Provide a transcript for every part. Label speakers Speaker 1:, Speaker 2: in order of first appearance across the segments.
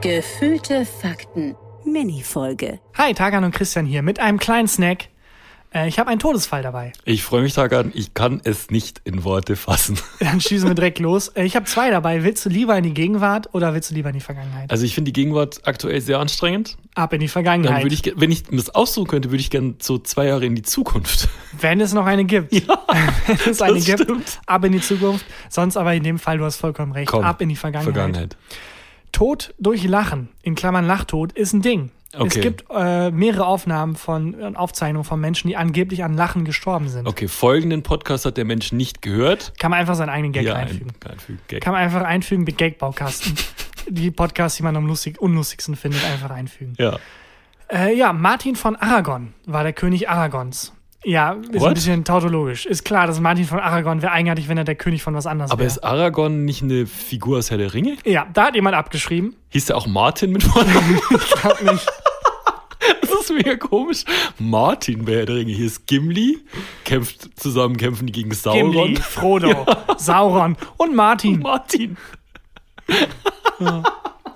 Speaker 1: Gefühlte Fakten. Mini-Folge.
Speaker 2: Hi, Tagan und Christian hier mit einem kleinen Snack. Äh, ich habe einen Todesfall dabei.
Speaker 3: Ich freue mich, Tagan. Ich kann es nicht in Worte fassen.
Speaker 2: Dann schießen wir direkt los. Äh, ich habe zwei dabei. Willst du lieber in die Gegenwart oder willst du lieber in die Vergangenheit?
Speaker 3: Also ich finde die Gegenwart aktuell sehr anstrengend.
Speaker 2: Ab in die
Speaker 3: Dann
Speaker 2: Vergangenheit.
Speaker 3: würde ich, ge- wenn ich mir das aussuchen könnte, würde ich gerne so zwei Jahre in die Zukunft.
Speaker 2: Wenn es noch eine gibt. Wenn es eine
Speaker 3: das
Speaker 2: gibt.
Speaker 3: stimmt.
Speaker 2: Ab in die Zukunft. Sonst aber in dem Fall, du hast vollkommen recht.
Speaker 3: Komm,
Speaker 2: ab in die Vergangenheit.
Speaker 3: Vergangenheit.
Speaker 2: Tod durch Lachen, in Klammern Lachtod, ist ein Ding. Es
Speaker 3: Okay.
Speaker 2: gibt äh, mehrere Aufnahmen von und Aufzeichnungen von Menschen, die angeblich an Lachen gestorben sind.
Speaker 3: Okay, folgenden Podcast hat der Mensch nicht gehört.
Speaker 2: Kann man einfach seinen eigenen Gag
Speaker 3: Ja,
Speaker 2: einfügen.
Speaker 3: ein, einfügen. Gag.
Speaker 2: Kann man einfach einfügen mit Gagbaukasten. die Podcasts, die man am lustig, unlustigsten findet, einfach einfügen.
Speaker 3: Ja.
Speaker 2: Äh, ja, Martin von Aragon war der König Aragons. Ja, ist ein
Speaker 3: What?
Speaker 2: bisschen tautologisch. Ist klar, dass Martin von Aragon wäre eigenartig, wenn er der König von was anderes
Speaker 3: Aber
Speaker 2: wäre.
Speaker 3: ist Aragorn nicht eine Figur aus Herr der Ringe?
Speaker 2: Ja, da hat jemand abgeschrieben.
Speaker 3: Hieß der auch Martin mit Vornamen?
Speaker 2: Hat mich
Speaker 3: Das ist mega komisch. Martin bei Herr der Ringe. Hier ist Gimli. Kämpft zusammen, kämpfen die gegen Sauron.
Speaker 2: Gimli, Frodo, Sauron und Martin.
Speaker 3: Martin.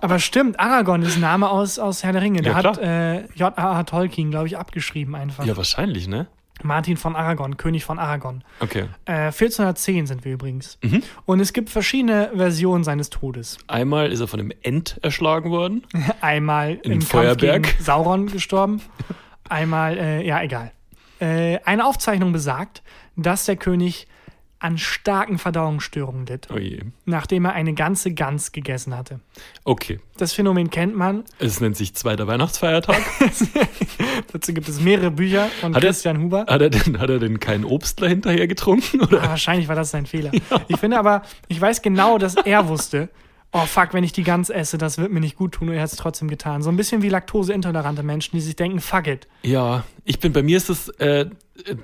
Speaker 2: Aber stimmt, Aragorn ist ein Name aus, aus Herr der Ringe. Der
Speaker 3: Ja,
Speaker 2: hat
Speaker 3: klar.
Speaker 2: äh, J.A.A. Tolkien, glaube ich, abgeschrieben einfach.
Speaker 3: Ja, wahrscheinlich, ne?
Speaker 2: Martin von Aragon, König von Aragon.
Speaker 3: Okay.
Speaker 2: Äh, 1410 sind wir übrigens.
Speaker 3: Mhm.
Speaker 2: Und es gibt verschiedene Versionen seines Todes.
Speaker 3: Einmal ist er von einem Ent erschlagen worden.
Speaker 2: Einmal im
Speaker 3: Feuerberg.
Speaker 2: Kampf gegen Sauron gestorben. Einmal, äh, ja, egal. Äh, eine Aufzeichnung besagt, dass der König an starken Verdauungsstörungen litt,
Speaker 3: Oh je.
Speaker 2: nachdem er eine ganze Gans gegessen hatte.
Speaker 3: Okay.
Speaker 2: Das Phänomen kennt man.
Speaker 3: Es nennt sich zweiter Weihnachtsfeiertag.
Speaker 2: Dazu gibt es mehrere Bücher von
Speaker 3: Hat er-
Speaker 2: Christian Huber.
Speaker 3: hat, er denn, hat er denn kein Obst hinterher getrunken? Oder?
Speaker 2: Ah, wahrscheinlich war das sein Fehler. Ich finde aber, ich weiß genau, dass er wusste, oh fuck, wenn ich die Gans esse, das wird mir nicht gut tun und er hat es trotzdem getan. So ein bisschen wie laktoseintolerante Menschen, die sich denken, fuck it.
Speaker 3: Ja, ich bin, bei mir ist es, äh,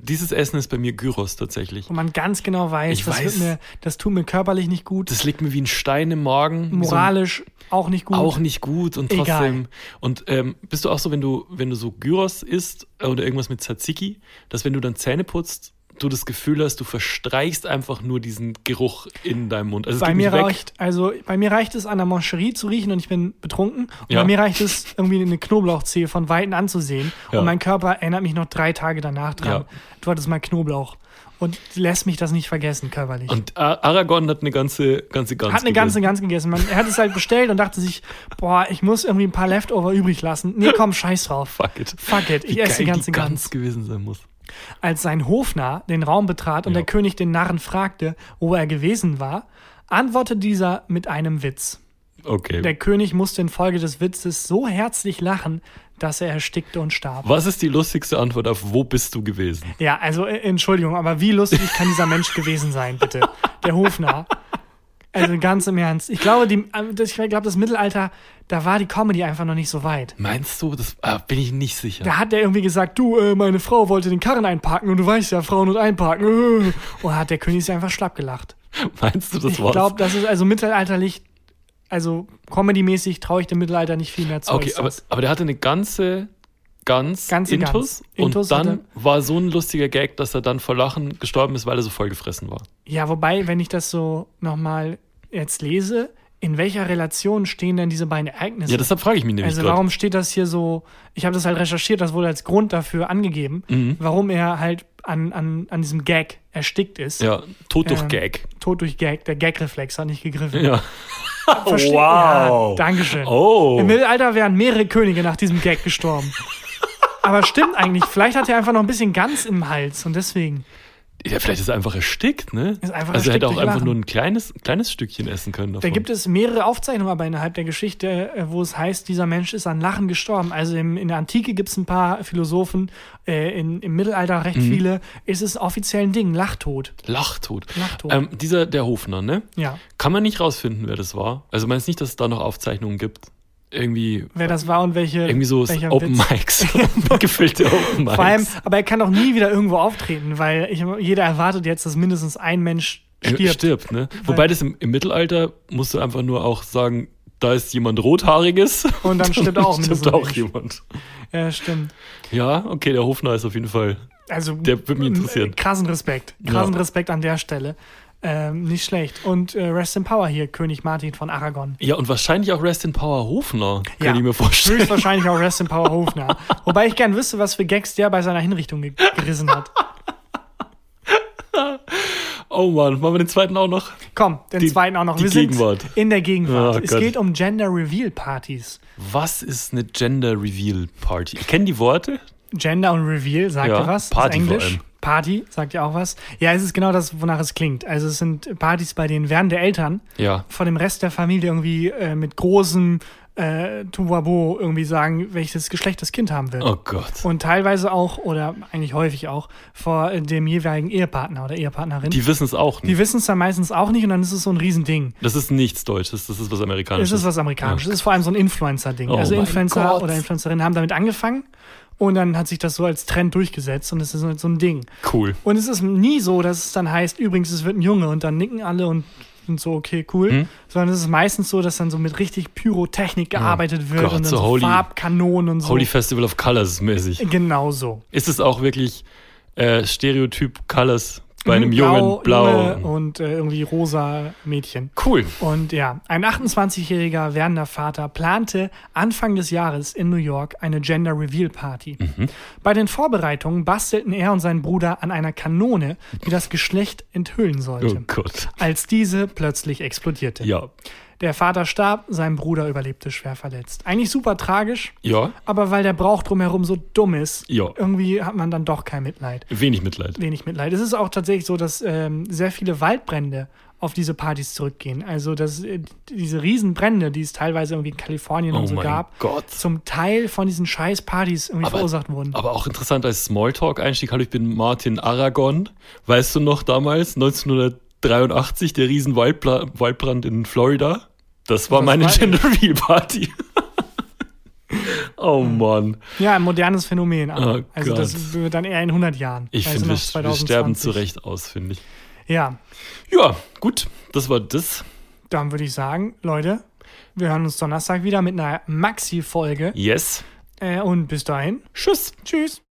Speaker 3: dieses Essen ist bei mir Gyros tatsächlich.
Speaker 2: Wo man ganz genau weiß,
Speaker 3: Ich
Speaker 2: das,
Speaker 3: weiß.
Speaker 2: Wird mir, das tut mir körperlich nicht gut,
Speaker 3: Das liegt mir wie ein Stein im Magen. wie so ein-
Speaker 2: moralisch auch nicht gut.
Speaker 3: auch nicht gut und
Speaker 2: Egal.
Speaker 3: trotzdem. Und ähm, bist du auch so, wenn du, wenn du so Gyros isst äh, oder irgendwas mit Tzatziki, dass wenn du dann Zähne putzt, du das Gefühl hast, du verstreichst einfach nur diesen Geruch in deinem Mund. Also es
Speaker 2: bei
Speaker 3: geht
Speaker 2: mir
Speaker 3: nicht weg.
Speaker 2: reicht, also bei mir reicht es an der Mancherie zu riechen und ich bin betrunken. Und
Speaker 3: Ja.
Speaker 2: bei mir reicht es irgendwie eine Knoblauchzehe von weitem anzusehen.
Speaker 3: Ja.
Speaker 2: Und mein Körper erinnert mich noch drei Tage danach dran.
Speaker 3: Ja.
Speaker 2: Du hattest mal Knoblauch. Und lässt mich das nicht vergessen, körperlich.
Speaker 3: Und A- Aragorn hat eine ganze, ganze Gans.
Speaker 2: hat eine ganze Gans gegessen. Man, er hat es halt bestellt und dachte sich, boah, ich muss irgendwie ein paar Leftover übrig lassen. Nee, komm, scheiß drauf.
Speaker 3: Fuck it.
Speaker 2: Fuck it, ich
Speaker 3: Wie
Speaker 2: esse die
Speaker 3: geil
Speaker 2: ganze
Speaker 3: die
Speaker 2: Gans.
Speaker 3: Gans gewesen sein muss.
Speaker 2: Als sein Hofnarr den Raum betrat und
Speaker 3: Ja.
Speaker 2: der König den Narren fragte, wo er gewesen war, antwortete dieser mit einem Witz.
Speaker 3: Okay.
Speaker 2: Der König musste infolge des Witzes so herzlich lachen, dass er erstickte und starb.
Speaker 3: Was ist die lustigste Antwort auf wo bist du gewesen?
Speaker 2: Ja, also äh, Entschuldigung, aber wie lustig kann dieser Mensch gewesen sein, bitte? Der Hofnarr. Also ganz im Ernst. Ich glaube, die, äh, das- ich glaube, das Mittelalter, da war die Comedy einfach noch nicht so weit.
Speaker 3: Meinst du, das ah, bin ich nicht sicher.
Speaker 2: Da hat er irgendwie gesagt, du, äh, meine Frau wollte den Karren einparken und du weißt ja, Frauen und einparken. Äh. Und hat der König sich einfach schlapp gelacht.
Speaker 3: Meinst du, das
Speaker 2: Ich
Speaker 3: war's?
Speaker 2: glaube, das ist also mittelalterlich, also comedymäßig traue ich dem Mittelalter nicht viel mehr zu.
Speaker 3: Okay,
Speaker 2: als
Speaker 3: aber,
Speaker 2: das.
Speaker 3: aber der hatte eine ganze Gans
Speaker 2: Ganze
Speaker 3: Intus,
Speaker 2: Gans. Intus
Speaker 3: und
Speaker 2: hat
Speaker 3: dann war so ein lustiger Gag, dass er dann vor Lachen gestorben ist, weil er so vollgefressen war.
Speaker 2: Ja, wobei, wenn ich das so nochmal jetzt lese, in welcher Relation stehen denn diese beiden Ereignisse?
Speaker 3: Ja, deshalb frage ich mich nämlich
Speaker 2: also
Speaker 3: gerade.
Speaker 2: warum steht das hier so? Ich habe das halt recherchiert, das wurde als Grund dafür angegeben,
Speaker 3: Mhm.
Speaker 2: warum er halt an, an, an diesem Gag erstickt ist.
Speaker 3: Ja, Tod durch
Speaker 2: Ähm,
Speaker 3: Gag.
Speaker 2: Tod durch Gag, der Gagreflex hat nicht gegriffen.
Speaker 3: Ja. Oh,
Speaker 2: Verste-
Speaker 3: Wow.
Speaker 2: Ja, Dankeschön.
Speaker 3: Oh.
Speaker 2: Im Mittelalter wären mehrere Könige nach diesem Gag gestorben. Aber stimmt eigentlich, vielleicht hat er einfach noch ein bisschen Gans im Hals und deswegen.
Speaker 3: ja, vielleicht ist er einfach erstickt, ne?
Speaker 2: Ist einfach
Speaker 3: also er
Speaker 2: erstickt
Speaker 3: hätte auch
Speaker 2: durch
Speaker 3: einfach
Speaker 2: Lachen.
Speaker 3: nur ein kleines, kleines Stückchen essen können davon.
Speaker 2: Da gibt es mehrere Aufzeichnungen aber innerhalb der Geschichte, äh, wo es heißt, dieser Mensch ist an Lachen gestorben. Also im, in der Antike gibt es ein paar Philosophen, äh, in, im Mittelalter recht
Speaker 3: Mhm.
Speaker 2: viele. Es ist offiziell ein Ding, Lachtod.
Speaker 3: Lachtod.
Speaker 2: Lachtod.
Speaker 3: Ähm, dieser, der Hofner, ne?
Speaker 2: Ja.
Speaker 3: Kann man nicht rausfinden, wer das war? Also meinst du nicht, dass es da noch Aufzeichnungen gibt? Irgendwie,
Speaker 2: Wer das war und welche.
Speaker 3: irgendwie so
Speaker 2: welcher
Speaker 3: Open
Speaker 2: Witz.
Speaker 3: Mics. Gefüllte Open Mics.
Speaker 2: Vor allem, aber er kann doch nie wieder irgendwo auftreten, weil ich, jeder erwartet jetzt, dass mindestens ein Mensch
Speaker 3: stirbt.
Speaker 2: stirbt.
Speaker 3: stirbt ne? Wobei das im, im Mittelalter musst du einfach nur auch sagen, da ist jemand Rothaariges.
Speaker 2: Und dann stirbt auch mindestens
Speaker 3: auch
Speaker 2: ein
Speaker 3: jemand.
Speaker 2: Ja, stimmt.
Speaker 3: Ja, okay, der Hofner ist auf jeden Fall.
Speaker 2: Also
Speaker 3: Der würde mich interessieren.
Speaker 2: Krassen Respekt. Krassen
Speaker 3: Ja.
Speaker 2: Respekt an der Stelle. Ähm, nicht schlecht. Und äh, Rest in Power hier, König Martin von Aragon.
Speaker 3: Ja, und wahrscheinlich auch Rest in Power Hofner, kann
Speaker 2: Ja.
Speaker 3: ich mir vorstellen.
Speaker 2: Höchstwahrscheinlich auch Rest in Power Hofner. Wobei ich gern wüsste, was für Gags der bei seiner Hinrichtung ge gerissen hat.
Speaker 3: Oh Mann, machen wir den zweiten auch noch?
Speaker 2: Komm, den
Speaker 3: Die-
Speaker 2: zweiten auch noch.
Speaker 3: die
Speaker 2: Wir sind
Speaker 3: Gegenwart.
Speaker 2: in der Gegenwart.
Speaker 3: Oh
Speaker 2: es
Speaker 3: Gott.
Speaker 2: geht um Gender Reveal Partys.
Speaker 3: Was ist eine Gender Reveal Party? Ich kenne die Worte.
Speaker 2: Gender und Reveal sagt
Speaker 3: Ja,
Speaker 2: ja, was.
Speaker 3: Party
Speaker 2: ist
Speaker 3: vor
Speaker 2: Englisch.
Speaker 3: allem.
Speaker 2: Party sagt ja auch was. Ja, es ist genau das, wonach es klingt. Also es sind Partys, bei denen werdende Eltern
Speaker 3: Ja.
Speaker 2: von dem Rest der Familie irgendwie äh, mit großem äh, Tuwabo irgendwie sagen, welches Geschlecht das Kind haben will.
Speaker 3: Oh Gott.
Speaker 2: Und teilweise auch, oder eigentlich häufig auch, vor äh, dem jeweiligen Ehepartner oder Ehepartnerin. Die,
Speaker 3: Die wissen es auch nicht.
Speaker 2: wissen es dann meistens auch nicht und dann ist es so ein Riesending.
Speaker 3: Das ist nichts Deutsches, das ist was
Speaker 2: Es
Speaker 3: Amerikanisches.
Speaker 2: ist was Amerikanisches. Es ist vor allem so ein Influencer-Ding.
Speaker 3: Oh
Speaker 2: also
Speaker 3: mein
Speaker 2: Influencer
Speaker 3: Gott.
Speaker 2: oder Influencerinnen haben damit angefangen und dann hat sich das so als Trend durchgesetzt und es ist halt so ein Ding.
Speaker 3: cool.
Speaker 2: Und es ist nie so, dass es dann heißt, übrigens, es wird ein Junge und dann nicken alle und sind so, okay, cool.
Speaker 3: Hm?
Speaker 2: Sondern es ist meistens so, dass dann so mit richtig Pyrotechnik gearbeitet wird
Speaker 3: Gott,
Speaker 2: und dann
Speaker 3: so
Speaker 2: so
Speaker 3: Holy-
Speaker 2: Farbkanonen und so.
Speaker 3: Holy Festival of Colors mäßig.
Speaker 2: genau so.
Speaker 3: Ist es auch wirklich äh, Stereotyp Colors bei einem
Speaker 2: Mhm, Blau,
Speaker 3: Jungen blau?
Speaker 2: Hm? Junge und äh, irgendwie rosa Mädchen.
Speaker 3: Cool.
Speaker 2: Und ja, ein 28-jähriger werdender Vater plante Anfang des Jahres in New York eine Gender Reveal Party.
Speaker 3: Mhm.
Speaker 2: Bei den Vorbereitungen bastelten er und sein Bruder an einer Kanone, die das Geschlecht enthüllen
Speaker 3: Oh
Speaker 2: sollte.
Speaker 3: Gott.
Speaker 2: Als diese plötzlich explodierte.
Speaker 3: Ja.
Speaker 2: Der Vater starb, sein Bruder überlebte schwer verletzt. Eigentlich super tragisch,
Speaker 3: Ja.
Speaker 2: aber weil der Brauch drumherum so dumm ist,
Speaker 3: Ja.
Speaker 2: irgendwie hat man dann doch kein Mitleid.
Speaker 3: Wenig Mitleid.
Speaker 2: Wenig Mitleid. Es ist auch tatsächlich so, dass ähm, sehr viele Waldbrände auf diese Partys zurückgehen. Also dass äh, diese Riesenbrände, die es teilweise irgendwie in Kalifornien
Speaker 3: Oh
Speaker 2: und so
Speaker 3: mein
Speaker 2: gab,
Speaker 3: Gott.
Speaker 2: zum Teil von diesen scheiß Partys irgendwie verursacht wurden.
Speaker 3: Aber Oh. auch interessant als Smalltalk-Einstieg. Hallo, ich bin Martin Aragon. Weißt du noch damals, 1983, der riesen Waldbla Waldbrand in Florida? Das war
Speaker 2: Das
Speaker 3: meine
Speaker 2: war ich.
Speaker 3: Gender Reveal Party.
Speaker 2: Mhm.
Speaker 3: oh Mann.
Speaker 2: ja, ein modernes Phänomen. aber-
Speaker 3: Oh
Speaker 2: also das wird dann eher in 100 Jahren.
Speaker 3: Ich
Speaker 2: Also
Speaker 3: finde, wir,
Speaker 2: noch
Speaker 3: wir sterben
Speaker 2: 2020.
Speaker 3: zu Recht aus, finde ich.
Speaker 2: Ja,
Speaker 3: Ja, gut. Das war das.
Speaker 2: dann würde ich sagen, Leute, wir hören uns Donnerstag wieder mit einer Maxi-Folge.
Speaker 3: Yes.
Speaker 2: Äh, und bis dahin,
Speaker 3: Tschüss.
Speaker 2: tschüss.